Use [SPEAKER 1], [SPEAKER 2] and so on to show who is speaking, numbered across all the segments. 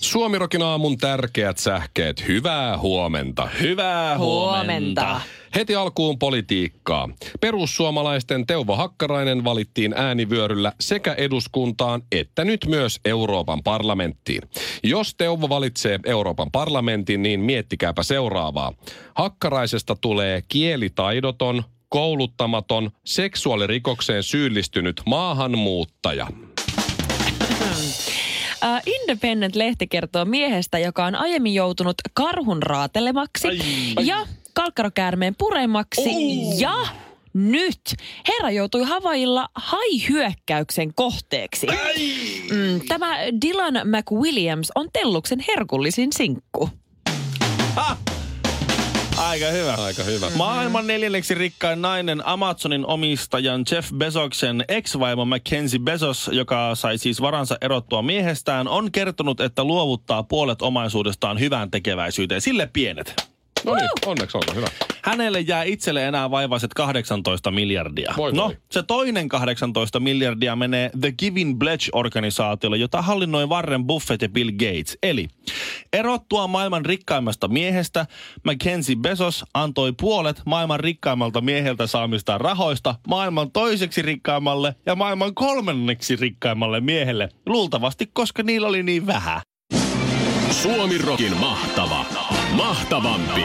[SPEAKER 1] Suomirokin aamun tärkeät sähkeet. Hyvää huomenta.
[SPEAKER 2] Hyvää huomenta.
[SPEAKER 1] Heti alkuun politiikkaa. Perussuomalaisten Teuvo Hakkarainen valittiin äänivyöryllä sekä eduskuntaan että nyt myös Euroopan parlamenttiin. Jos Teuvo valitsee Euroopan parlamentin, niin miettikääpä seuraavaa. Hakkaraisesta tulee kielitaidoton, kouluttamaton, seksuaalirikokseen syyllistynyt maahanmuuttaja.
[SPEAKER 2] Ä, Independent-lehti Äh, kertoo miehestä, joka on aiemmin joutunut karhun raatelemaksi ja kalkkarokäärmeen puremaksi ja nyt herra joutui Havailla haihyökkäyksen kohteeksi. Mm, tämä Dylan McWilliams on Telluksen herkullisin sinkku.
[SPEAKER 3] Aika hyvä.
[SPEAKER 1] Aika hyvä.
[SPEAKER 3] Maailman neljänneksi rikkain nainen Amazonin omistajan Jeff Bezoksen ex-vaimo Mackenzie Bezos, joka sai siis varansa erottua miehestään, on kertonut, että luovuttaa puolet omaisuudestaan hyvään tekeväisyyteen. Sille pienet.
[SPEAKER 1] No niin, onneksi olkoon. Hyvä.
[SPEAKER 3] Hänelle jää itselle enää vaivaiset 18 miljardia.
[SPEAKER 1] Voi voi.
[SPEAKER 3] no, se toinen 18 miljardia menee The Giving Pledge-organisaatiolle, jota hallinnoi Warren Buffett ja Bill Gates. Eli erottua maailman rikkaimmasta miehestä, Mackenzie Bezos antoi puolet maailman rikkaimmalta mieheltä saamista rahoista maailman toiseksi rikkaimmalle ja maailman kolmanneksi rikkaimmalle miehelle. Luultavasti, koska niillä oli niin vähän.
[SPEAKER 4] Suomirokin mahtava, mahtavampi,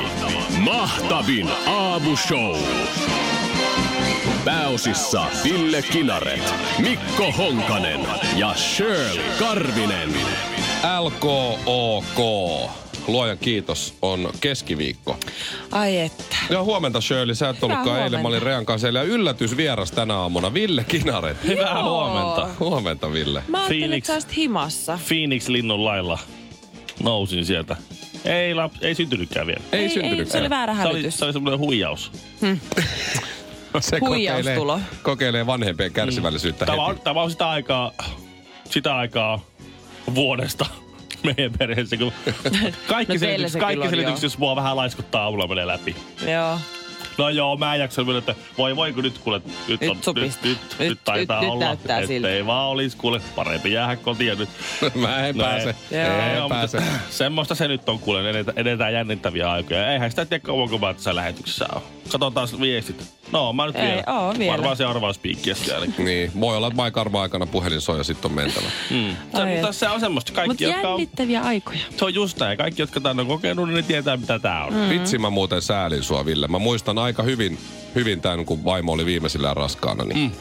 [SPEAKER 4] mahtavin aamushow. Pääosissa Ville Kinaret, Mikko Honkanen ja Shirley Karvinen.
[SPEAKER 1] LKOK. Luojan kiitos, on keskiviikko.
[SPEAKER 2] Ai että.
[SPEAKER 1] Ja huomenta Shirley, sä et ollutkaan eilen,
[SPEAKER 2] huomenta.
[SPEAKER 1] mä olin Rean kanssa eilen. ja yllätysvieras tänä aamuna, Ville Kinaret.
[SPEAKER 3] Hyvää
[SPEAKER 2] Joo.
[SPEAKER 3] huomenta.
[SPEAKER 1] Huomenta Ville.
[SPEAKER 2] Mä ajattelin,
[SPEAKER 3] Phoenix.
[SPEAKER 2] että sä olisit himassa.
[SPEAKER 3] Phoenix-linnun lailla nousin sieltä. Ei, lap, ei syntynytkään vielä.
[SPEAKER 1] Ei,
[SPEAKER 2] ei, se oli
[SPEAKER 1] syntynytkään.
[SPEAKER 2] väärä
[SPEAKER 3] Se oli,
[SPEAKER 2] hälytys.
[SPEAKER 3] se oli semmoinen huijaus.
[SPEAKER 1] Se kokeilee,
[SPEAKER 2] huijaustulo.
[SPEAKER 1] kokeilee vanhempien kärsivällisyyttä
[SPEAKER 3] Tämä on,
[SPEAKER 1] heti.
[SPEAKER 3] tämä on sitä aikaa, sitä aikaa vuodesta meidän perheessä, kun
[SPEAKER 2] No
[SPEAKER 3] kaikki,
[SPEAKER 2] teillä
[SPEAKER 3] no selitykset,
[SPEAKER 2] se kyllä
[SPEAKER 3] kaikki
[SPEAKER 2] on,
[SPEAKER 3] selitykset, jos mua vähän laiskuttaa aamulla menee läpi.
[SPEAKER 2] Joo.
[SPEAKER 3] No joo, mä en jaksa vielä, että voi voi kun nyt kuule, nyt,
[SPEAKER 2] Nyt
[SPEAKER 3] on, nyt,
[SPEAKER 2] supistaa.
[SPEAKER 3] nyt,
[SPEAKER 2] Nyt-
[SPEAKER 3] nyt, taitaa
[SPEAKER 2] nyt- nyt
[SPEAKER 3] olla,
[SPEAKER 2] näyttää siltä.
[SPEAKER 3] ettei vaan olisi kuule, parempi jäädä kotiin nyt.
[SPEAKER 1] Mä en
[SPEAKER 3] No
[SPEAKER 1] pääse.
[SPEAKER 3] ei.
[SPEAKER 2] Joo.
[SPEAKER 1] Ei
[SPEAKER 3] Joo, mutta
[SPEAKER 1] pääse.
[SPEAKER 3] semmoista se nyt on kuulen, edetään, edetään jännittäviä aikoja. Eihän sitä tiedä kauanko mä tässä lähetyksessä on. Katsotaan taas viestit. No, mä nyt
[SPEAKER 2] Ei
[SPEAKER 3] vielä.
[SPEAKER 2] oo vielä.
[SPEAKER 3] Varmaan se arvauspiikki äsken. eli-
[SPEAKER 1] Niin, voi olla, että Maikarma aikana puhelin soi ja sitten on mentävä.
[SPEAKER 3] Mm.
[SPEAKER 2] Ai
[SPEAKER 3] Se, mutta
[SPEAKER 2] et.
[SPEAKER 3] se on semmoista.
[SPEAKER 2] Mutta
[SPEAKER 3] Kaikki, jotka on,
[SPEAKER 2] jännittäviä aikoja.
[SPEAKER 3] se on just näin. Kaikki, jotka tämän on kokenut, niin ne tietää, mitä tää
[SPEAKER 2] Mm. Mm-hmm.
[SPEAKER 3] on.
[SPEAKER 1] Vitsi mä muuten säälin sua, Ville. Mä muistan aika hyvin, hyvin tämän, kun vaimo oli viimeisillään raskaana. Niin mm.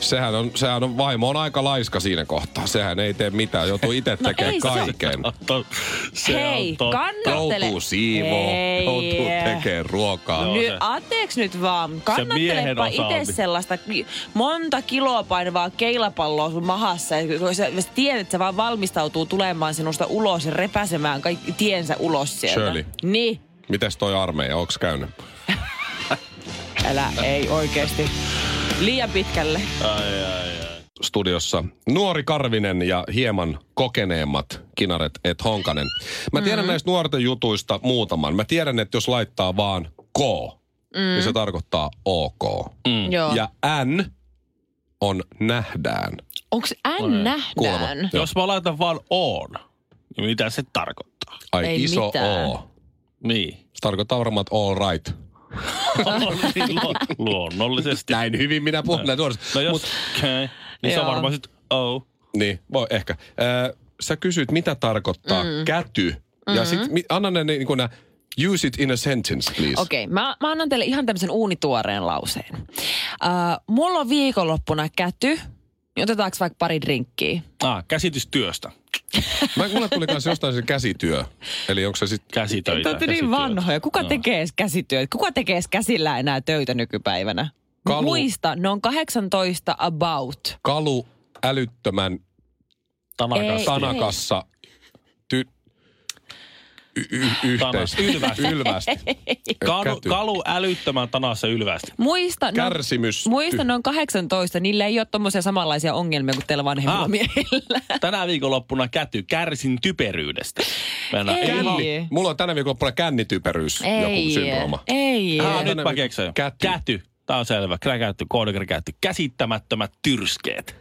[SPEAKER 1] Sehän on, sehän on, vaimo on aika laiska siinä kohtaa. Sehän ei tee mitään, joutuu itse
[SPEAKER 2] No
[SPEAKER 1] tekemään
[SPEAKER 2] ei se-
[SPEAKER 1] kaiken.
[SPEAKER 3] To, se
[SPEAKER 2] Hei,
[SPEAKER 3] on totta.
[SPEAKER 2] kannattele.
[SPEAKER 1] Joutuu siivoo,
[SPEAKER 2] Ei.
[SPEAKER 1] joutuu tekemään ruokaa.
[SPEAKER 3] Joo.
[SPEAKER 2] Nyt,
[SPEAKER 3] se.
[SPEAKER 2] anteeksi nyt vaan.
[SPEAKER 3] miehen
[SPEAKER 2] Kannattelepa
[SPEAKER 3] osaaminen.
[SPEAKER 2] itse sellaista ki- monta kiloa painavaa keilapalloa sun mahassa. Ja kun sä, sä tiedät, että se vaan valmistautuu tulemaan sinusta ulos ja repäsemään kaikki tiensä ulos sieltä.
[SPEAKER 1] Shirley.
[SPEAKER 2] Niin.
[SPEAKER 1] Mites toi armeija, onks käynyt?
[SPEAKER 2] Älä, ei oikeesti. Liian pitkälle.
[SPEAKER 1] Studiossa nuori Karvinen ja hieman kokeneemmat kinaret et Honkanen. Mä tiedän mm-hmm. näistä nuorten jutuista muutaman. Mä tiedän, että jos laittaa vaan K, mm. niin se tarkoittaa OK.
[SPEAKER 2] Mm. Joo.
[SPEAKER 1] Ja N on nähdään.
[SPEAKER 2] Onks N nähdään?
[SPEAKER 1] Joo.
[SPEAKER 3] Jos mä laitan vaan on, niin mitä se tarkoittaa?
[SPEAKER 1] Ai
[SPEAKER 2] Ei
[SPEAKER 1] iso
[SPEAKER 2] mitään.
[SPEAKER 1] O.
[SPEAKER 3] Niin.
[SPEAKER 1] Se tarkoittaa varmaan, että all right.
[SPEAKER 3] Lu- niin, Luonnollisesti.
[SPEAKER 1] Näin hyvin minä
[SPEAKER 2] Mm.
[SPEAKER 1] puhun näin nuorista.
[SPEAKER 3] No jos,
[SPEAKER 1] Mut,
[SPEAKER 3] okay. niin se on
[SPEAKER 2] Joo.
[SPEAKER 3] varmaan sit oh.
[SPEAKER 1] niin, voi ehkä. Ö, sä kysyt, mitä tarkoittaa mm. käty. Mm-hmm. Ja sit mi- anna ne niin kuin nää, use it in a sentence, please.
[SPEAKER 2] Okei, okay, mä, mä annan teille ihan tämmöisen uunituoreen lauseen. Uh, mulla on viikonloppuna käty. Otetaanko vaikka pari drinkkiä?
[SPEAKER 3] Ah, käsitystyöstä.
[SPEAKER 1] Mä, mulle tuli kanssa jostain se käsityö. Eli onko se sit...
[SPEAKER 3] Käsitöitä.
[SPEAKER 2] Te olette niin
[SPEAKER 3] käsityötä.
[SPEAKER 2] vanhoja. Kuka no. tekee edes käsityötä? Kuka tekee edes käsillä enää töitä nykypäivänä?
[SPEAKER 1] Kalu.
[SPEAKER 2] Kalu. Muista, ne on 18 about.
[SPEAKER 1] Kalu älyttömän
[SPEAKER 3] Tanakas.
[SPEAKER 2] Ei.
[SPEAKER 1] tanakassa ty... y- y- yhteistä.
[SPEAKER 3] Ylvästä.
[SPEAKER 1] Ylvästä.
[SPEAKER 3] Kalu,
[SPEAKER 1] Käty.
[SPEAKER 3] kalu älyttömän tanassa ylvästi.
[SPEAKER 2] Muista, no,
[SPEAKER 1] Kärsimys.
[SPEAKER 2] muista noin 18, niillä ei ole tommosia samanlaisia ongelmia kuin teillä vanhemmilla
[SPEAKER 3] Ah.
[SPEAKER 2] ah. miehillä.
[SPEAKER 3] Tänä viikonloppuna käty kärsin typeryydestä. Mennään.
[SPEAKER 2] Ei.
[SPEAKER 1] Känni. Mulla on tänä viikolla käännityperyys No, joku
[SPEAKER 2] Ei,
[SPEAKER 1] syndrooma.
[SPEAKER 2] ei.
[SPEAKER 3] Ah,
[SPEAKER 1] Ei.
[SPEAKER 3] nyt mä keksin.
[SPEAKER 1] Käty.
[SPEAKER 3] käty. Tää on selvä. Kräkätty, koodakätty. Käsittämättömät tyrskeet.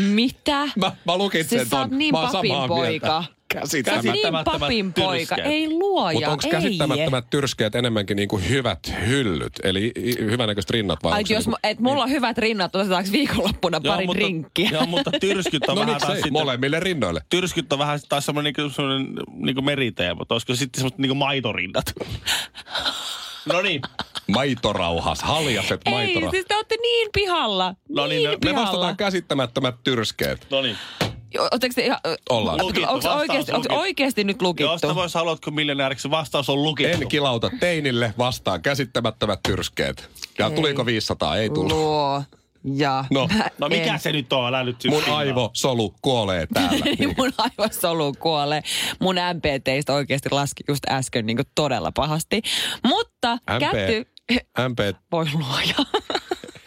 [SPEAKER 2] Mitä?
[SPEAKER 1] Mä, mä lukin
[SPEAKER 2] Siis
[SPEAKER 1] sen
[SPEAKER 2] sä oot
[SPEAKER 1] ton.
[SPEAKER 2] niin
[SPEAKER 1] Mä oon
[SPEAKER 2] papin
[SPEAKER 1] samaa
[SPEAKER 2] poika.
[SPEAKER 1] mieltä.
[SPEAKER 2] Sä oot niin
[SPEAKER 3] Käsittämättömät
[SPEAKER 2] papin poika.
[SPEAKER 3] tyrskeet.
[SPEAKER 2] Ei luoja,
[SPEAKER 1] Mutta onko
[SPEAKER 2] Niin ei.
[SPEAKER 1] käsittämättömät tyrskeet enemmänkin niin kuin hyvät hyllyt? Eli i- hyvännäköiset rinnat vai
[SPEAKER 2] Ai,
[SPEAKER 1] onks se
[SPEAKER 2] jos
[SPEAKER 1] niinku-
[SPEAKER 2] mu- et mulla on hyvät rinnat, otetaanko viikonloppuna pari
[SPEAKER 3] mutta,
[SPEAKER 2] drinkkiä?
[SPEAKER 3] Joo, mutta tyrskyt on
[SPEAKER 1] No
[SPEAKER 3] vähän taas
[SPEAKER 1] miksei,
[SPEAKER 3] sitten-
[SPEAKER 1] molemmille rinnoille.
[SPEAKER 3] tyrskyt on vähän taas semmoinen niinku, semmoinen niinku meriteema. Mutta olisiko sitten semmoiset niinku maitorindat? no niin.
[SPEAKER 1] Maitorauhas, haljaset
[SPEAKER 2] ei,
[SPEAKER 1] maitorauhas.
[SPEAKER 2] siis te olette niin pihalla.
[SPEAKER 3] No niin,
[SPEAKER 2] niin
[SPEAKER 3] no, me
[SPEAKER 1] Me
[SPEAKER 2] pihalla.
[SPEAKER 1] vastataan käsittämättömät tyrskeet.
[SPEAKER 3] No niin.
[SPEAKER 2] Oletteko te ihan... ö,
[SPEAKER 1] Ollaan.
[SPEAKER 3] Lukittu,
[SPEAKER 2] Onko
[SPEAKER 3] vastaus
[SPEAKER 2] oikeasti, onks
[SPEAKER 3] lukittu.
[SPEAKER 2] oikeasti nyt
[SPEAKER 3] Jos
[SPEAKER 2] lukittu?
[SPEAKER 3] te vois haluatko miljonääriksi, vastaus on lukittu.
[SPEAKER 1] En kilauta teinille, vastaan käsittämättömät tyrskeet. Ja
[SPEAKER 2] Ei.
[SPEAKER 1] tuliko 500? Ei tullut.
[SPEAKER 2] Luo. Ja.
[SPEAKER 1] No.
[SPEAKER 2] Mä
[SPEAKER 3] No mikä
[SPEAKER 2] en.
[SPEAKER 3] se nyt on? Älä nyt siis
[SPEAKER 1] Mun
[SPEAKER 3] sinna.
[SPEAKER 1] aivosolu kuolee täällä.
[SPEAKER 2] Niin mun aivosolu kuolee. Mun MPTistä oikeasti laski just äsken niin todella pahasti. Mutta
[SPEAKER 1] MP.
[SPEAKER 2] kätty...
[SPEAKER 1] MP,
[SPEAKER 2] Voi luoja.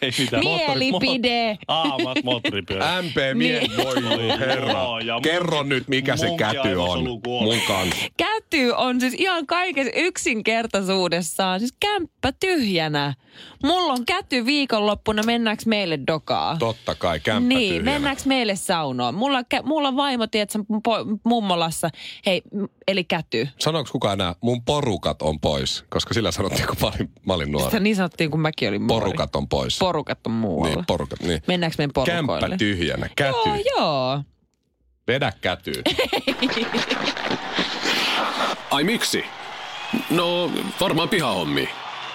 [SPEAKER 3] Ei mitään.
[SPEAKER 2] Mielipide.
[SPEAKER 3] Aamat, moottoripyörä.
[SPEAKER 1] MP mie,
[SPEAKER 2] Niin.
[SPEAKER 1] voi herra.
[SPEAKER 3] Joo, ja mun-
[SPEAKER 1] Kerro nyt, mikä se
[SPEAKER 3] munkin
[SPEAKER 1] käty on
[SPEAKER 3] aivosolu kuolee.
[SPEAKER 1] mun kanssa.
[SPEAKER 2] Käty on siis ihan kaikessa yksinkertaisuudessaan, siis kämppä tyhjänä. Mulla on käty viikonloppuna, mennäänkö meille dokaa?
[SPEAKER 1] Totta kai, kämppä
[SPEAKER 2] niin,
[SPEAKER 1] tyhjänä.
[SPEAKER 2] mennäänkö meille saunoon? Mulla, kä- mulla on vaimo, tiedätkö, po- mummolassa, hei, m- eli käty.
[SPEAKER 1] Sanoiko kukaan enää, mun porukat on pois? Koska sillä sanottiin, kun mä olin, mä olin
[SPEAKER 2] Sitä
[SPEAKER 1] nuori.
[SPEAKER 2] niin sanottiin, kun mäkin olin muori.
[SPEAKER 1] Porukat on pois.
[SPEAKER 2] Porukat on muualla.
[SPEAKER 1] Niin, porukat, niin.
[SPEAKER 2] Mennäänkö meidän porukoille?
[SPEAKER 1] Kämppä tyhjänä, käty.
[SPEAKER 2] Joo, joo.
[SPEAKER 1] Vedä kätyy.
[SPEAKER 4] Ai miksi? No, varmaan pihahommi.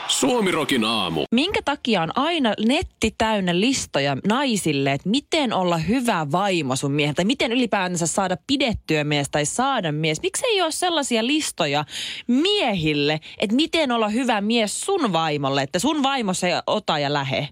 [SPEAKER 4] Suomirokin aamu.
[SPEAKER 2] Minkä takia on aina netti täynnä listoja naisille, että miten olla hyvä vaimo sun miehen, tai miten ylipäätänsä saada pidettyä mies tai saada mies? Miksi ei ole sellaisia listoja miehille, että miten olla hyvä mies sun vaimolle, että sun vaimo se ota ja lähe?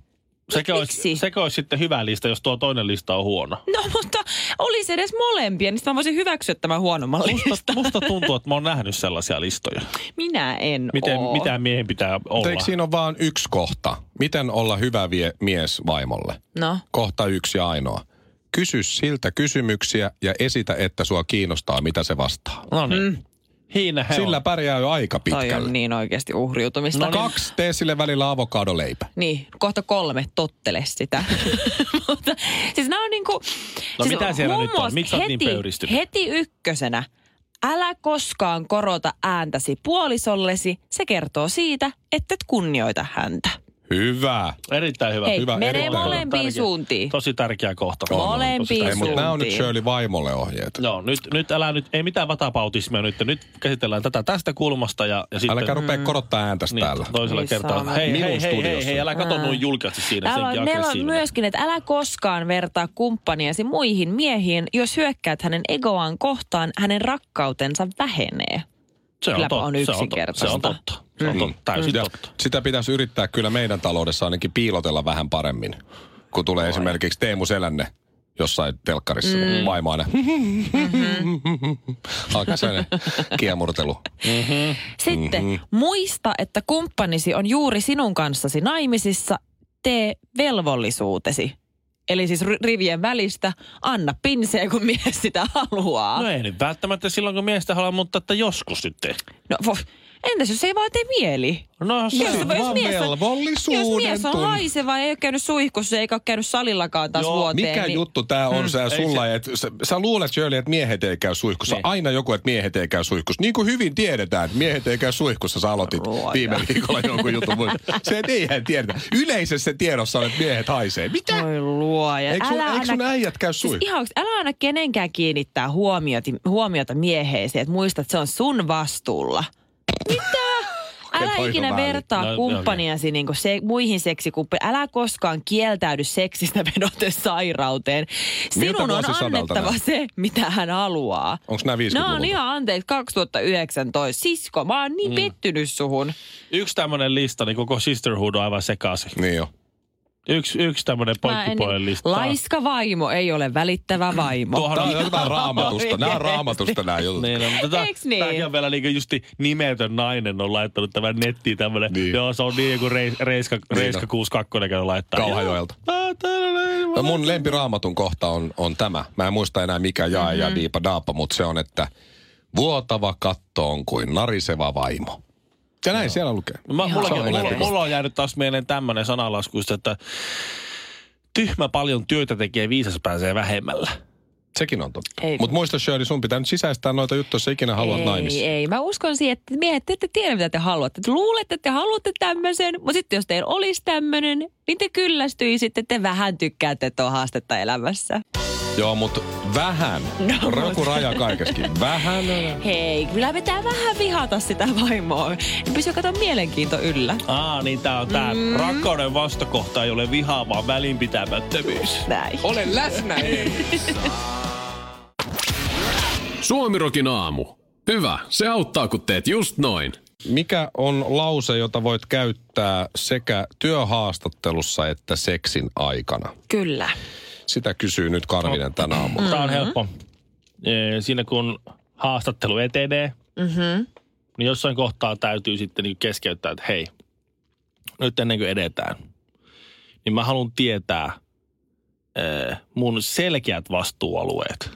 [SPEAKER 3] Sekä
[SPEAKER 2] Miksi?
[SPEAKER 3] olisi, sekä olisi sitten hyvä lista, jos tuo toinen lista on huono.
[SPEAKER 2] No mutta olisi edes molempia, niin sit mä voisin hyväksyä tämän huonomman listan.
[SPEAKER 3] Musta, musta tuntuu, että mä oon nähnyt sellaisia listoja.
[SPEAKER 2] Minä en
[SPEAKER 3] Miten,
[SPEAKER 2] oo.
[SPEAKER 3] mitä miehen pitää olla?
[SPEAKER 1] Mutta Eikö siinä ole vaan yksi kohta? Miten olla hyvä vie- mies vaimolle?
[SPEAKER 2] No.
[SPEAKER 1] Kohta yksi ja ainoa. Kysy siltä kysymyksiä ja esitä, että sua kiinnostaa, mitä se vastaa.
[SPEAKER 3] No niin. Mm. Hiina he
[SPEAKER 1] Sillä
[SPEAKER 3] on.
[SPEAKER 1] pärjää jo aika
[SPEAKER 2] Toi on
[SPEAKER 1] pitkälle.
[SPEAKER 2] niin No oikeasti
[SPEAKER 3] No
[SPEAKER 2] uhriutumista.
[SPEAKER 3] niin.
[SPEAKER 1] Kaksi, tee sille välillä avokadoleipä.
[SPEAKER 2] Niin, kohta kolme, tottele sitä. Mutta siis nämä on niinku...
[SPEAKER 3] No
[SPEAKER 2] siis
[SPEAKER 3] mitä siellä
[SPEAKER 2] muun
[SPEAKER 3] nyt on?
[SPEAKER 2] muassa
[SPEAKER 3] Miksi sä oot niin
[SPEAKER 2] heti-
[SPEAKER 3] pöyristynyt?
[SPEAKER 2] Heti ykkösenä, älä koskaan korota ääntäsi puolisollesi. Se kertoo siitä, että et kunnioita häntä.
[SPEAKER 1] Hyvä.
[SPEAKER 3] Erittäin hyvä.
[SPEAKER 2] Hei,
[SPEAKER 3] No, hyvä.
[SPEAKER 2] menee
[SPEAKER 3] erittäin
[SPEAKER 2] molempiin
[SPEAKER 3] hyvä.
[SPEAKER 2] suuntiin.
[SPEAKER 3] Tosi tärkeä kohta.
[SPEAKER 2] On,
[SPEAKER 3] Tosi
[SPEAKER 2] molempiin
[SPEAKER 3] tärkeä.
[SPEAKER 1] Ei, mutta nämä on nyt
[SPEAKER 2] Suuntiin.
[SPEAKER 1] Shirley vaimolle ohjeet.
[SPEAKER 3] Joo, nyt, nyt älä nyt, ei mitään vatapautismia nyt. Nyt käsitellään tätä tästä kulmasta ja, ja sitten...
[SPEAKER 1] Älkää rupea korottaa ääntä
[SPEAKER 3] niin,
[SPEAKER 1] täällä.
[SPEAKER 3] toisella
[SPEAKER 2] Missä
[SPEAKER 3] kertaa.
[SPEAKER 2] on?
[SPEAKER 3] Hei,
[SPEAKER 1] Minun
[SPEAKER 3] hei, hei, hei,
[SPEAKER 1] studiossa.
[SPEAKER 3] hei, älä kato noin julkeasti siinä,
[SPEAKER 2] Täällä
[SPEAKER 3] senkin
[SPEAKER 2] on, meillä on
[SPEAKER 3] aggressiivinen.
[SPEAKER 2] myöskin, että älä koskaan vertaa kumppaniasi muihin miehiin. Jos hyökkäät hänen egoaan kohtaan, hänen rakkautensa vähenee.
[SPEAKER 3] Se on
[SPEAKER 2] Kyllä
[SPEAKER 3] totta.
[SPEAKER 2] on
[SPEAKER 3] se on
[SPEAKER 2] yksinkertaista.
[SPEAKER 3] totta, Se on totta. Se
[SPEAKER 1] Niin.
[SPEAKER 3] on totta. Täysin
[SPEAKER 1] Ja
[SPEAKER 3] totta.
[SPEAKER 1] sitä pitäisi yrittää kyllä meidän taloudessa ainakin piilotella vähän paremmin, kun tulee esimerkiksi Teemu Selänne jossain telkkarissa mm. vaimo aina. Alkaa sellainen kiemurtelu.
[SPEAKER 2] Sitten mm-hmm. muista, että kumppanisi on juuri sinun kanssasi naimisissa. Tee velvollisuutesi. Eli siis ri- rivien välistä anna pinseä, kun mies sitä haluaa.
[SPEAKER 3] No
[SPEAKER 2] No,
[SPEAKER 3] ei nyt välttämättä silloin, kun miestä haluaa, mutta että joskus nyt ei.
[SPEAKER 2] no voi, entäs jos ei vaan tee mieli?
[SPEAKER 3] No se
[SPEAKER 2] Jos,
[SPEAKER 3] on
[SPEAKER 2] jos, mies on, jos
[SPEAKER 1] velvollisuuden
[SPEAKER 2] mies on
[SPEAKER 1] tunne.
[SPEAKER 2] haiseva ja ei ole käynyt suihkussa eikä ole käynyt salillakaan taas
[SPEAKER 3] Joo,
[SPEAKER 2] vuoteen.
[SPEAKER 1] Mikä
[SPEAKER 2] niin...
[SPEAKER 1] juttu tää on sä sulla, et, sä, sä luulet Shirley, että miehet ei käy suihkussa.
[SPEAKER 3] Niin.
[SPEAKER 1] Aina joku, että miehet ei käy suihkussa. Niin kuin hyvin tiedetään, että miehet ei käy suihkussa. Sä aloitit
[SPEAKER 2] Ruoja.
[SPEAKER 1] viime viikolla jonkun jutun. muista. Se, että eihän tiedetä. Yleisessä tiedossa on, että miehet haisee. Mitä?
[SPEAKER 2] Voi luoja.
[SPEAKER 1] Eikö sun,
[SPEAKER 2] Älä
[SPEAKER 1] eikö sun
[SPEAKER 2] anna-
[SPEAKER 1] äijät käy
[SPEAKER 2] Siis
[SPEAKER 1] suihkussa?
[SPEAKER 2] ihan, oikeesti, älä aina kenenkään kiinnittää huomiota, huomiota mieheesi, että muista, että se on sun vastuulla. Mitä?
[SPEAKER 1] Okei,
[SPEAKER 2] Älä
[SPEAKER 1] toi on
[SPEAKER 2] ikinä
[SPEAKER 1] vähän
[SPEAKER 2] vertaa
[SPEAKER 3] nyt. No,
[SPEAKER 2] no, kumppaniasi niinku se, muihin seksikumppaneihin. Älä koskaan kieltäydy seksistä vedoten sairauteen.
[SPEAKER 1] Miltä
[SPEAKER 2] Sinun on
[SPEAKER 1] vuosisadalta
[SPEAKER 2] annettava
[SPEAKER 1] nää?
[SPEAKER 2] se, mitä hän haluaa.
[SPEAKER 1] Onko nämä 50
[SPEAKER 2] No on ihan anteeksi, 2019. Sisko, mä oon niin mm. pettynyt suhun.
[SPEAKER 3] yksi tämmöinen lista, niin koko sisterhood on aivan sekaisin.
[SPEAKER 1] Niin jo.
[SPEAKER 3] Yksi, yksi tämmöinen
[SPEAKER 2] Mä en- niin-
[SPEAKER 3] poikkipuolen lista.
[SPEAKER 2] Laiska vaimo ei ole välittävä vaimo.
[SPEAKER 3] Tuohan
[SPEAKER 1] Tää
[SPEAKER 3] on
[SPEAKER 1] on jotain raamatusta. Nämä on raamatusta nämä jutut.
[SPEAKER 3] Niin, no, mutta tää,
[SPEAKER 2] Eiks niin?
[SPEAKER 3] Tämäkin on vielä niinku justi nimetön nainen on laittanut tämän nettiin tämmönen.
[SPEAKER 1] Niin.
[SPEAKER 3] Niin. Joo, se on niin kuin reis, Reiska, Reiska 62 käy laittaa.
[SPEAKER 1] Kauhajoelta.
[SPEAKER 3] Joo. Ah, tällainen.
[SPEAKER 1] No mun lempiraamatun kohta on, on tämä. Mä en muista enää mikä jaa mm-hmm. ja diipa daapa, mutta se on, että vuotava katto on kuin nariseva vaimo. Ja näin siellä lukee.
[SPEAKER 3] Mä, mullakin,
[SPEAKER 1] Ihan
[SPEAKER 3] mulla,
[SPEAKER 1] oikein.
[SPEAKER 3] mulla on jäänyt taas mieleen tämmöinen sanalaskuista, että tyhmä paljon työtä tekee, viisas pääsee vähemmällä.
[SPEAKER 1] Sekin on totta.
[SPEAKER 2] Ei.
[SPEAKER 1] Mutta muista Shirley, sun pitää nyt sisäistää noita juttuja, jos sä ikinä haluat
[SPEAKER 2] ei,
[SPEAKER 1] naimisiin.
[SPEAKER 2] ei. Mä uskon siihen, että miehet, te ette tiedä, mitä te haluatte. Te luulette, että te haluatte tämmöisen, mutta sitten jos teillä olisi tämmöinen, niin te kyllästyisitte, te vähän tykkäätte, että on haastetta elämässä.
[SPEAKER 1] Joo, mutta vähän. No, on joku raja kaikessakin. Vähän.
[SPEAKER 2] No, Hei, kyllä pitää vähän vihata sitä vaimoa. Pysy kato mielenkiinto yllä.
[SPEAKER 3] Aa, niin tää on tää. Mm. Rakkauden vastakohta ei ole vihaa, vaan välinpitämättömyys.
[SPEAKER 2] Näin.
[SPEAKER 1] Ole läsnä.
[SPEAKER 4] Suomirokin aamu. Hyvä, se auttaa kun teet just noin.
[SPEAKER 1] Mikä on lause, jota voit käyttää sekä työhaastattelussa että seksin aikana?
[SPEAKER 2] Kyllä.
[SPEAKER 1] Sitä kysyy nyt
[SPEAKER 2] No.
[SPEAKER 1] Karvinen tänä aamuna.
[SPEAKER 3] Tämä on
[SPEAKER 2] Mm-hmm.
[SPEAKER 3] helppo. Ee, Siinä kun haastattelu etenee, mm-hmm. niin jossain kohtaa täytyy sitten niinku keskeyttää, että hei, nyt ennen kuin edetään, niin mä haluan tietää ee, mun selkeät vastuualueet.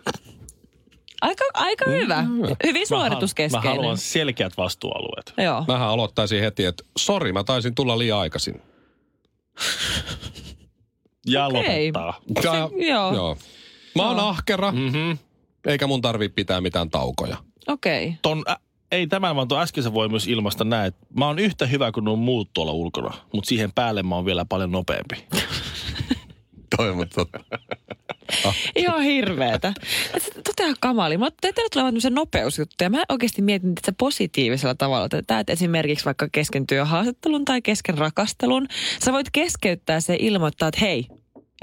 [SPEAKER 2] Aika, aika hyvä. Hyvin
[SPEAKER 3] Mm. Mä hal-
[SPEAKER 2] suorituskeskeinen.
[SPEAKER 3] Mä haluan selkeät vastuualueet.
[SPEAKER 2] Joo.
[SPEAKER 1] Mähän aloittaisin heti, että sori, mä taisin tulla liian aikaisin.
[SPEAKER 3] Ja
[SPEAKER 2] Okei.
[SPEAKER 3] lopettaa.
[SPEAKER 1] Tää-
[SPEAKER 2] joo.
[SPEAKER 1] Mä oon ahkera, mm-hmm. eikä mun tarvi pitää mitään taukoja.
[SPEAKER 2] Okei. Okay.
[SPEAKER 3] Ton, ä, ei tämän, vaan tuon äskeisen voi myös ilmaista näin, että mä oon yhtä hyvä kuin nuo muut tuolla ulkona, mutta siihen päälle mä oon vielä paljon nopeampi.
[SPEAKER 1] Toi, mutta...
[SPEAKER 2] Ihan hirveetä. Totta ihan kamali. Mä teillä tulee vaan tämmöisiä nopeusjuttuja. Mä oikeasti mietin että positiivisella tavalla. että Tää, että esimerkiksi vaikka kesken työhaastattelun tai kesken rakastelun. Sä voit keskeyttää se ja ilmoittaa, että hei,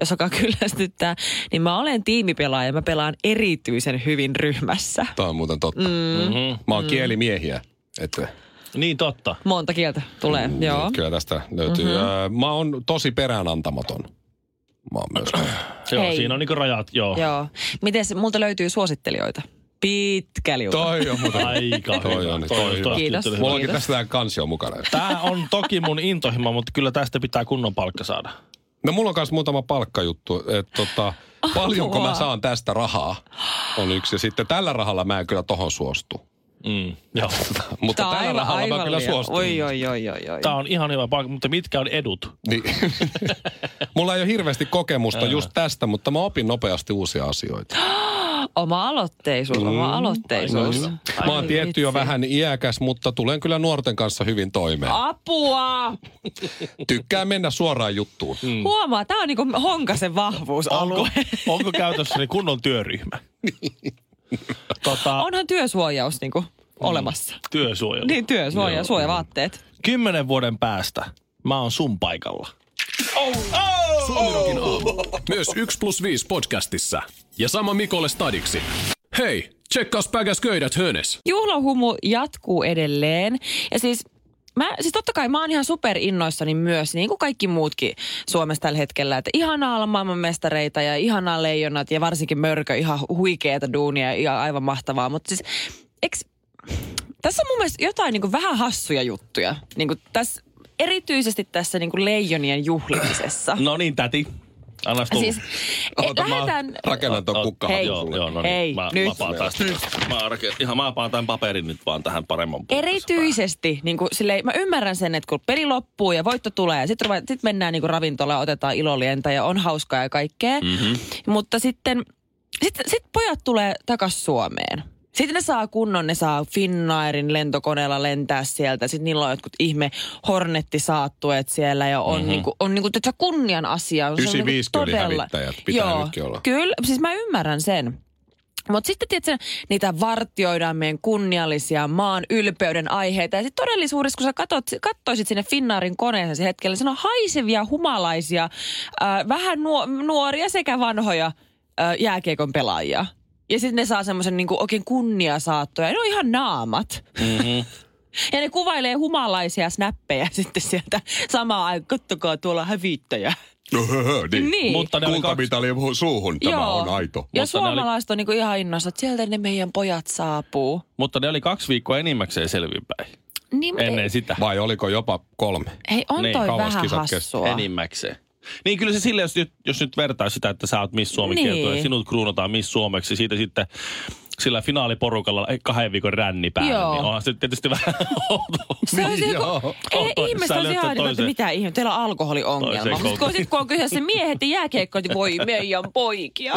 [SPEAKER 2] jos alkaa kyllästyttää, niin mä olen tiimipelaaja. Mä pelaan erityisen hyvin ryhmässä.
[SPEAKER 1] Toi on muuten totta. Mm-hmm. Mä oon mm. kielimiehiä. Että,
[SPEAKER 3] Niin totta.
[SPEAKER 2] Monta kieltä tulee, mm, joo. Mhm.
[SPEAKER 1] Kyllä tästä löytyy. Mm-hmm. Öö, mä oon tosi peräänantamaton. Mä oon myös.
[SPEAKER 3] Joo,
[SPEAKER 2] Hei.
[SPEAKER 3] siinä on niinku rajat, joo.
[SPEAKER 2] Joo. Miten multa löytyy suosittelijoita? Pitkä liuta.
[SPEAKER 1] Toi on muuten.
[SPEAKER 3] Aika
[SPEAKER 1] Toi
[SPEAKER 3] hyvä.
[SPEAKER 1] on nyt
[SPEAKER 3] Toi
[SPEAKER 1] hyvä.
[SPEAKER 3] taas
[SPEAKER 2] Kiitos.
[SPEAKER 3] liittynyt
[SPEAKER 1] Mulla
[SPEAKER 3] hyvä.
[SPEAKER 1] onkin
[SPEAKER 2] Kiitos.
[SPEAKER 1] tässä tää kansio mukana.
[SPEAKER 3] Tää on toki mun intohimo, mutta kyllä tästä pitää kunnon palkka saada.
[SPEAKER 1] No mulla on myös muutama palkkajuttu, että tota,
[SPEAKER 2] Oh,
[SPEAKER 1] paljonko mä saan tästä rahaa on yksi. Ja sitten tällä rahalla mä en kyllä tohon suostu.
[SPEAKER 3] Mm, joo.
[SPEAKER 1] Mutta
[SPEAKER 2] Tää on
[SPEAKER 1] tällä
[SPEAKER 2] aivan,
[SPEAKER 1] rahalla mä
[SPEAKER 2] aivan
[SPEAKER 1] kyllä
[SPEAKER 2] liian.
[SPEAKER 1] suostun.
[SPEAKER 2] Oi, oi, oi, oi, oi.
[SPEAKER 3] Tää on ihan hyvä palkka, mutta mitkä on edut?
[SPEAKER 1] Niin. Mulla ei ole hirveästi kokemusta just tästä, mutta mä opin nopeasti uusia asioita.
[SPEAKER 2] Oma aloitteisuus,
[SPEAKER 1] Mm.
[SPEAKER 2] oma aloitteisuus.
[SPEAKER 1] Mä oon tietty jo
[SPEAKER 2] vitsi.
[SPEAKER 1] vähän iäkäs, mutta tulen kyllä nuorten kanssa hyvin toimeen.
[SPEAKER 2] Apua!
[SPEAKER 1] Tykkää mennä suoraan juttuun.
[SPEAKER 2] Huomaa, tää on niinku Honkasen vahvuus
[SPEAKER 3] Onko,
[SPEAKER 2] alue.
[SPEAKER 3] onko käytössäni kunnon työryhmä? Tota,
[SPEAKER 2] Onhan työsuojaus niinku
[SPEAKER 1] Mm.
[SPEAKER 2] olemassa.
[SPEAKER 3] työsuojelu.
[SPEAKER 2] Niin, työsuoja, suojavaatteet.
[SPEAKER 3] Kymmenen vuoden päästä mä oon sun paikalla.
[SPEAKER 4] Suomirokin aamu. Myös 1 plus 5 podcastissa. Ja sama Mikolle stadiksi. Hei, tsekkaus päkäs köydät hönes.
[SPEAKER 2] Juhlahumu jatkuu edelleen. Ja siis Mä, siis totta kai mä oon ihan superinnoissani myös, niin kuin kaikki muutkin Suomessa tällä hetkellä. Että ihanaa olla maailmanmestareita ja ihanaa leijonat ja varsinkin mörkö, ihan huikeeta duunia ja aivan mahtavaa. Mutta siis, eks, tässä on mun mielestä jotain niin kuin vähän hassuja juttuja. Niin kuin tässä, erityisesti tässä niin kuin leijonien juhlimisessa.
[SPEAKER 3] No niin, täti. Annas tulla.
[SPEAKER 2] siis, et,
[SPEAKER 1] Oota, mä
[SPEAKER 2] lähdetään...
[SPEAKER 1] rakennan ton
[SPEAKER 3] Oot-
[SPEAKER 1] kukkahan
[SPEAKER 2] hei.
[SPEAKER 3] Joo,
[SPEAKER 1] sulle.
[SPEAKER 3] joo, no niin.
[SPEAKER 2] Hei,
[SPEAKER 3] mä,
[SPEAKER 2] nyt.
[SPEAKER 3] Mä apaan tästä. Mä, arke, ihan mä apaan tämän paperin nyt vaan tähän paremman puolesta.
[SPEAKER 2] Erityisesti, niin kuin, silleen, mä ymmärrän sen, että kun peli loppuu ja voitto tulee, ja sitten sit mennään niin ravintolaan, otetaan ilolientä ja on hauskaa ja kaikkea. Mm-hmm. Mutta sitten sit, sit pojat tulee takas Suomeen. Sitten ne saa kunnon, ne saa Finnairin lentokoneella lentää sieltä. Sitten niillä on jotkut ihme hornettisaattueet siellä ja on mm-hmm. niinku, on niinku tätä kunnian asiaa. Se on niinku
[SPEAKER 1] 95 kyllä hävittäjät, pitää
[SPEAKER 2] Joo,
[SPEAKER 1] nytkin olla.
[SPEAKER 2] Kyllä, siis mä ymmärrän sen. Mutta sitten tietysti niitä vartioidaan meidän kunniallisia maan ylpeyden aiheita. Ja sitten todellisuudessa, kun sä katot, kattoisit sinne Finnaarin koneeseen sen hetkellä, siinä on haisevia humalaisia, äh, vähän nuo, nuoria sekä vanhoja äh, jääkiekon pelaajia. Ja sitten ne saa semmoisen niinku oikein kunniasaattoja. Ne on ihan naamat. Mm-hmm. Ja ne kuvailee humalaisia snappeja sitten sieltä samaan aikaan. Kattokaa, tuolla on hävittäjä.
[SPEAKER 1] niin.
[SPEAKER 2] Niin.
[SPEAKER 3] Mutta ne oli kaksi,
[SPEAKER 1] Kultamitali suuhun, tämä on aito.
[SPEAKER 2] Ja
[SPEAKER 3] Mutta ne oli-
[SPEAKER 2] suomalaiset on niinku ihan innossa, että sieltä ne meidän pojat saapuu.
[SPEAKER 3] mutta ne oli kaksi viikkoa enimmäkseen selvinpäin.
[SPEAKER 2] Niin, mutta
[SPEAKER 3] Ennen
[SPEAKER 2] ei-
[SPEAKER 3] sitä.
[SPEAKER 1] Vai oliko jopa kolme?
[SPEAKER 2] Hei, on
[SPEAKER 3] Niin,
[SPEAKER 2] toi
[SPEAKER 1] kauas
[SPEAKER 2] vähän
[SPEAKER 1] kisat kesti.
[SPEAKER 2] hassua.
[SPEAKER 3] Enimmäkseen. Niin kyllä se silleen, jos nyt, jos nyt vertaa sitä, että sä oot Miss suomi niin.
[SPEAKER 2] Niin.
[SPEAKER 3] ja sinut kruunataan Miss Suomeksi, siitä sitten sillä finaaliporukalla eh, kahden viikon ränni päälle,
[SPEAKER 2] Joo.
[SPEAKER 3] niin onhan se tietysti vähän outoa.
[SPEAKER 2] Se on se, kun, ei
[SPEAKER 3] Toi-
[SPEAKER 2] ihmiset
[SPEAKER 3] sä
[SPEAKER 2] on
[SPEAKER 3] löydät
[SPEAKER 2] ihan että
[SPEAKER 3] toisen-
[SPEAKER 2] mitä ihme, teillä on
[SPEAKER 3] Toisen
[SPEAKER 2] alkoholiongelma. Mutta kun,
[SPEAKER 3] koukun.
[SPEAKER 2] sit, kun on kyseessä miehet ja jääkeikko, niin voi meidän poikia.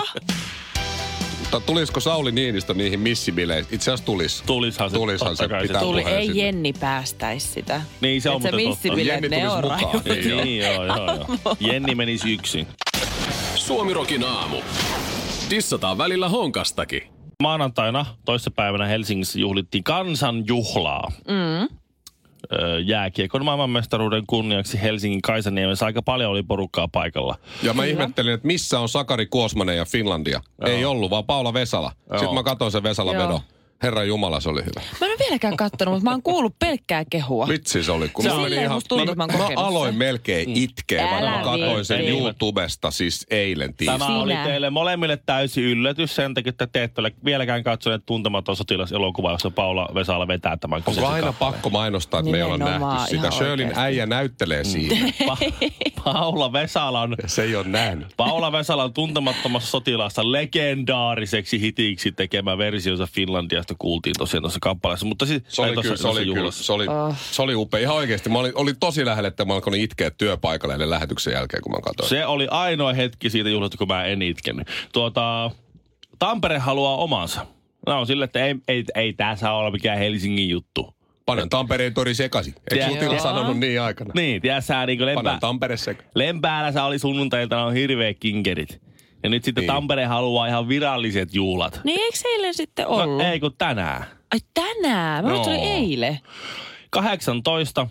[SPEAKER 1] Mutta tulisiko Sauli Niinistö niihin missibileihin? Itse asiassa tulis.
[SPEAKER 3] Tulishan se,
[SPEAKER 1] Tulishan se,
[SPEAKER 3] totta kai se
[SPEAKER 1] pitää
[SPEAKER 3] tuli.
[SPEAKER 2] Tuli,
[SPEAKER 1] puheen
[SPEAKER 2] ei
[SPEAKER 1] sinne.
[SPEAKER 2] Jenni päästäisi sitä.
[SPEAKER 3] Niin, se on
[SPEAKER 2] Et sä
[SPEAKER 3] muuten totta.
[SPEAKER 2] missibileet,
[SPEAKER 1] Jenni
[SPEAKER 2] ne
[SPEAKER 1] tulisi
[SPEAKER 2] on
[SPEAKER 1] mukaan.
[SPEAKER 2] rajut.
[SPEAKER 1] Niin joo.
[SPEAKER 3] Niin, joo, joo, joo. Jenni menisi yksin.
[SPEAKER 4] Suomirokin aamu. Tissataan välillä honkastakin.
[SPEAKER 3] Maanantaina toissapäivänä Helsingissä juhlittiin kansanjuhlaa. Mm. Jääkiekon maailmanmestaruuden kunniaksi Helsingin Kaisaniemessä aika paljon oli porukkaa paikalla.
[SPEAKER 1] Ja mä ihmettelin, että missä on Sakari Kuosmanen ja Finlandia. Joo. Ei ollut, vaan Paula Vesala. Joo. Sitten mä katsoin sen Vesalan
[SPEAKER 2] Joo.
[SPEAKER 1] vedon. Herra Jumala, se oli hyvä.
[SPEAKER 2] Mä en ole vieläkään kattonut, mutta mä oon kuullut pelkkää kehua.
[SPEAKER 1] Vitsi se oli. Kun
[SPEAKER 2] Se
[SPEAKER 1] mä,
[SPEAKER 2] on
[SPEAKER 1] menin
[SPEAKER 2] silleen
[SPEAKER 1] ihan,
[SPEAKER 2] musta tuntuu,
[SPEAKER 1] mä,
[SPEAKER 2] että mä oon
[SPEAKER 1] mä
[SPEAKER 2] kokenut
[SPEAKER 1] aloin
[SPEAKER 2] sen.
[SPEAKER 1] melkein itkeä, vaan
[SPEAKER 2] Älä
[SPEAKER 1] mä katsoin sen
[SPEAKER 2] viitti.
[SPEAKER 1] YouTubesta siis eilen
[SPEAKER 3] Tämä
[SPEAKER 1] tiistaina.
[SPEAKER 2] Sinä.
[SPEAKER 3] oli teille molemmille täysi yllätys sen takia, että te ette ole vieläkään katsoneet tuntematon sotilaselokuvaa, jossa Paula Vesala vetää tämän
[SPEAKER 1] Onko
[SPEAKER 3] kyseisen
[SPEAKER 1] aina pakko mainostaa, että me ei olla
[SPEAKER 2] Nimenomaan,
[SPEAKER 1] nähty sitä?
[SPEAKER 2] ihan
[SPEAKER 1] Shirleyn
[SPEAKER 2] oikeasti.
[SPEAKER 1] äijä näyttelee siinä.
[SPEAKER 3] kappaleen. Paula Vesalan
[SPEAKER 1] Se ei ole nähnyt.
[SPEAKER 3] Paula Vesalan tuntemattomassa sotilaassa legendaariseksi hitiksi tekemä versionsa Finlandiasta kuultiin tosiaan tuossa kappaleessa. Mutta siis,
[SPEAKER 1] Se oli,
[SPEAKER 3] tai
[SPEAKER 1] kyllä,
[SPEAKER 3] tuossa-
[SPEAKER 1] se, oli
[SPEAKER 3] tuossa
[SPEAKER 1] kyllä,
[SPEAKER 3] juhlassa.
[SPEAKER 1] se, oli,
[SPEAKER 2] Ah.
[SPEAKER 1] se oli upea. Ihan oikeasti. Mä olin, olin tosi lähellä, että mä alkoin itkeä työpaikalla ennen lähetyksen jälkeen, kun mä katsoin.
[SPEAKER 3] Se oli ainoa hetki siitä juhlasta, kun mä en itkenyt. Tuota, Tampere haluaa omansa. No on sille, että ei, ei, ei tässä ole mikään Helsingin juttu.
[SPEAKER 1] Panen Tampereen tori sekaisin. Eikö
[SPEAKER 3] Jaa.
[SPEAKER 1] Sutila sanonut niin aikana?
[SPEAKER 3] Niin, tiedä sä, niin kuin
[SPEAKER 1] Panen
[SPEAKER 3] lempää,
[SPEAKER 1] Tampere sekaisin.
[SPEAKER 3] Lempäälässä oli sunnuntailta on hirveä kinkerit. Ja nyt sitten
[SPEAKER 1] Niin.
[SPEAKER 3] niin. Tampere haluaa ihan viralliset juhlat.
[SPEAKER 2] Niin eikö eilen sitten ollut?
[SPEAKER 3] No, ei kun tänään.
[SPEAKER 2] Ai tänään? Mä no. se oli
[SPEAKER 1] Joo.
[SPEAKER 2] eilen.
[SPEAKER 3] 18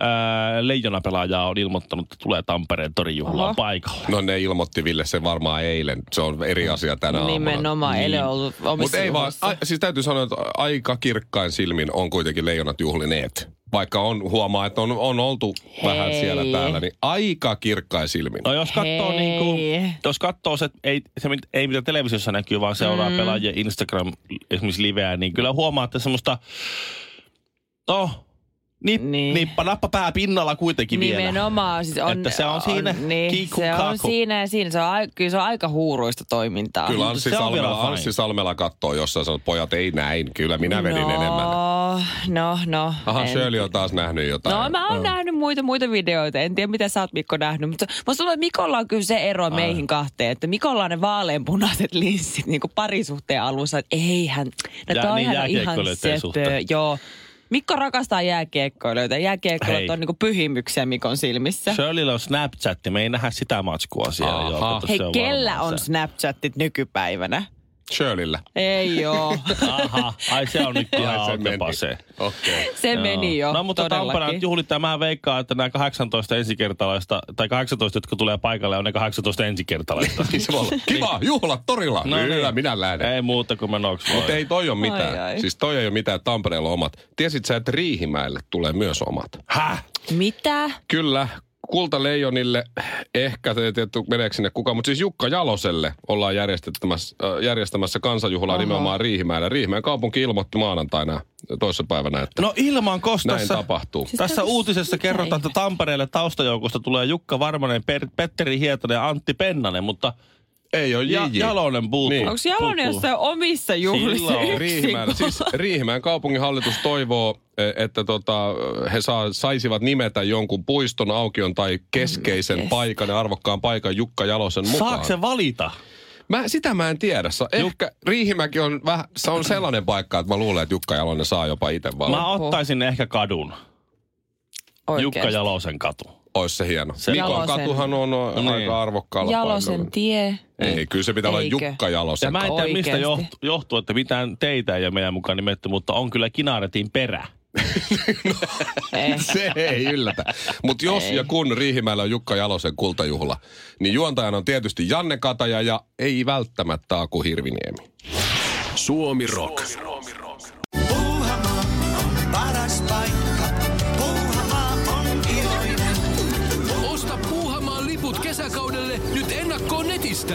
[SPEAKER 3] ää, leijonapelaajaa on ilmoittanut, että tulee Tampereen torijuhlaan
[SPEAKER 2] Oho.
[SPEAKER 3] paikalle.
[SPEAKER 1] No ne ilmoitti Ville sen varmaan eilen. Se on eri asia tänä aamuna.
[SPEAKER 2] Nimenomaan, eilen
[SPEAKER 3] niin.
[SPEAKER 2] on ollut
[SPEAKER 1] Mutta
[SPEAKER 2] omissa
[SPEAKER 1] ei vaan,
[SPEAKER 2] juhlissa.
[SPEAKER 1] a, siis täytyy sanoa, että aika kirkkain silmin on kuitenkin leijonat juhlineet. Vaikka on, huomaa, että on, on oltu Hei. vähän
[SPEAKER 2] Hei.
[SPEAKER 1] siellä täällä, niin aika kirkkain silmin.
[SPEAKER 3] No jos katsoo,
[SPEAKER 2] Hei.
[SPEAKER 3] niin kuin, jos katsoo se, ei, se, mit- ei mitä televisiossa näkyy, vaan seuraa mm. pelaajien Instagram esimerkiksi liveä, niin kyllä huomaa, että semmoista, no, nip, niin.
[SPEAKER 2] Niin.
[SPEAKER 3] nippa, nappa pää pinnalla kuitenkin vielä.
[SPEAKER 2] Nimenomaan. Siis on,
[SPEAKER 3] Että se on siinä
[SPEAKER 2] niin,
[SPEAKER 3] kiikku
[SPEAKER 2] se on
[SPEAKER 3] kaaku.
[SPEAKER 2] siinä ja siinä. Se on, ai- kyllä se on aika huuruista toimintaa.
[SPEAKER 1] Kyllä
[SPEAKER 3] mutta
[SPEAKER 1] Anssi
[SPEAKER 3] se on vielä
[SPEAKER 1] Salmela,
[SPEAKER 3] fine.
[SPEAKER 1] Anssi Salmela kattoo jossain sanoo, että pojat ei näin, kyllä
[SPEAKER 3] niin
[SPEAKER 1] minä vedin
[SPEAKER 2] no,
[SPEAKER 1] enemmän.
[SPEAKER 2] No, no.
[SPEAKER 1] Aha,
[SPEAKER 2] en-
[SPEAKER 1] Shirley on taas nähnyt jotain.
[SPEAKER 2] No mä oon nähnyt muita, muita videoita. En tiedä, mitä sä oot Mikko nähnyt, mutta musta tuntuu, että Mikolla on kyllä se ero meihin kahteen, että Mikolla on ne vaaleanpunaiset linssit niin kuin parisuhteen alussa, että eihän, no
[SPEAKER 3] Ja-
[SPEAKER 2] ja, toihan
[SPEAKER 3] niin
[SPEAKER 2] niin on ihan
[SPEAKER 3] jääkiekkoilijoiden
[SPEAKER 2] sepö,
[SPEAKER 3] suhteen.
[SPEAKER 2] joo. Mikko rakastaa jääkiekkoilijoita. Jääkiekkoilut
[SPEAKER 3] Hei.
[SPEAKER 2] on niin kuin pyhimyksiä Mikon silmissä.
[SPEAKER 3] Shirleyllä on Snapchat, niin me ei nähdä sitä matskua siellä.
[SPEAKER 1] Aha.
[SPEAKER 3] Joo, kato,
[SPEAKER 2] Hei,
[SPEAKER 3] se on
[SPEAKER 2] kellä
[SPEAKER 3] varmaan
[SPEAKER 2] on
[SPEAKER 3] se.
[SPEAKER 2] Snapchatit nykypäivänä?
[SPEAKER 1] Shirleyllä.
[SPEAKER 2] Ei joo.
[SPEAKER 3] Aha, ai se on nyt ihan
[SPEAKER 1] Ai, se meni.
[SPEAKER 3] otepa se.
[SPEAKER 1] Okei. Okay.
[SPEAKER 2] Se meni jo.
[SPEAKER 3] No mutta Tampere
[SPEAKER 2] todellakin.
[SPEAKER 3] nyt juhlittaa. Mä veikkaan, että nämä 18 ensikertalaista, tai 18, jotka tulee paikalle, on ne 18 ensikertalaista.
[SPEAKER 1] Niin se voi olla. Kiva, juhlat torilla. No, Kyllä,
[SPEAKER 3] niin.
[SPEAKER 1] minä lähden.
[SPEAKER 3] Ei muuta kuin menoksi
[SPEAKER 1] Mutta ei toi ole mitään. Ai,
[SPEAKER 2] Ai,
[SPEAKER 1] ai.
[SPEAKER 2] ai.
[SPEAKER 1] Siis toi ei ole mitään, että Tampereella on omat. Tiesit sä, että Riihimäelle tulee myös omat?
[SPEAKER 3] Häh?
[SPEAKER 2] Mitä?
[SPEAKER 1] Kyllä, kultaleijonille ehkä, en tiedä tu- meneekö sinne kukaan, mutta siis Jukka Jaloselle ollaan järjestettämässä, äh, järjestämässä kansanjuhlaa Aha. nimenomaan Riihimäellä. Riihimäen kaupunki ilmoitti maanantaina toissapäivänä, että
[SPEAKER 3] No ilman
[SPEAKER 1] näin
[SPEAKER 3] kostassa.
[SPEAKER 1] tapahtuu.
[SPEAKER 2] Siis
[SPEAKER 3] Tässä
[SPEAKER 2] tämä-
[SPEAKER 3] uutisessa
[SPEAKER 2] mitä
[SPEAKER 3] kerrotaan, että Tampereelle taustajoukosta tulee Jukka Varmanen, per, Petteri Hietanen ja Antti Pennanen, mutta
[SPEAKER 1] Ei ole
[SPEAKER 3] ja,
[SPEAKER 1] JJ.
[SPEAKER 3] Jalonen puuttuu.
[SPEAKER 1] Niin.
[SPEAKER 2] Onko Jalonen
[SPEAKER 3] puuttuu.
[SPEAKER 2] jossain omissa juhlissa
[SPEAKER 3] Sillä on
[SPEAKER 2] yksin?
[SPEAKER 1] Riihimäen, siis Riihimäen kaupunginhallitus toivoo, eh, että tota, he saa, saisivat nimetä jonkun puiston, aukion tai keskeisen yes.
[SPEAKER 2] Yes.
[SPEAKER 1] paikan ja arvokkaan paikan Jukka Jalosen mukaan.
[SPEAKER 3] Saako se valita?
[SPEAKER 1] Mä, sitä mä en tiedä. Sa, ehkä Riihimäki on, vähän, se on sellainen paikka, että mä luulen, että Jukka Jalonen saa jopa itse valita.
[SPEAKER 3] Mä ottaisin ehkä kadun.
[SPEAKER 2] Oikeesti.
[SPEAKER 3] Jukka Jalosen katu.
[SPEAKER 1] Ois se hieno. Se
[SPEAKER 3] Se-
[SPEAKER 1] Mikon
[SPEAKER 2] Jalosen.
[SPEAKER 1] katuhan on o,
[SPEAKER 3] Niin.
[SPEAKER 1] aika arvokkaalla
[SPEAKER 2] Jalosen
[SPEAKER 1] paikalla.
[SPEAKER 2] tie.
[SPEAKER 1] Ei, kyllä se pitää olla
[SPEAKER 2] Eikö?
[SPEAKER 1] Jukka
[SPEAKER 3] Ja
[SPEAKER 1] Jalosen.
[SPEAKER 3] mä en tiedä, mistä
[SPEAKER 2] Oikeesti.
[SPEAKER 3] johtuu, johtuu, että mitään teitä ei ole meidän mukaan nimetty, mutta on kyllä Kinaretin perä.
[SPEAKER 2] Eh.
[SPEAKER 1] Se ei yllätä. Mutta jos ei. ja kun Riihimäellä on Jukka Jalosen kultajuhla, niin juontajana on tietysti Janne Kataja ja ei välttämättä Aku Hirviniemi.
[SPEAKER 4] Suomi Rock.
[SPEAKER 5] Puuhamaa on paras paikka.
[SPEAKER 6] kesäkaudelle nyt ennakkoon netistä.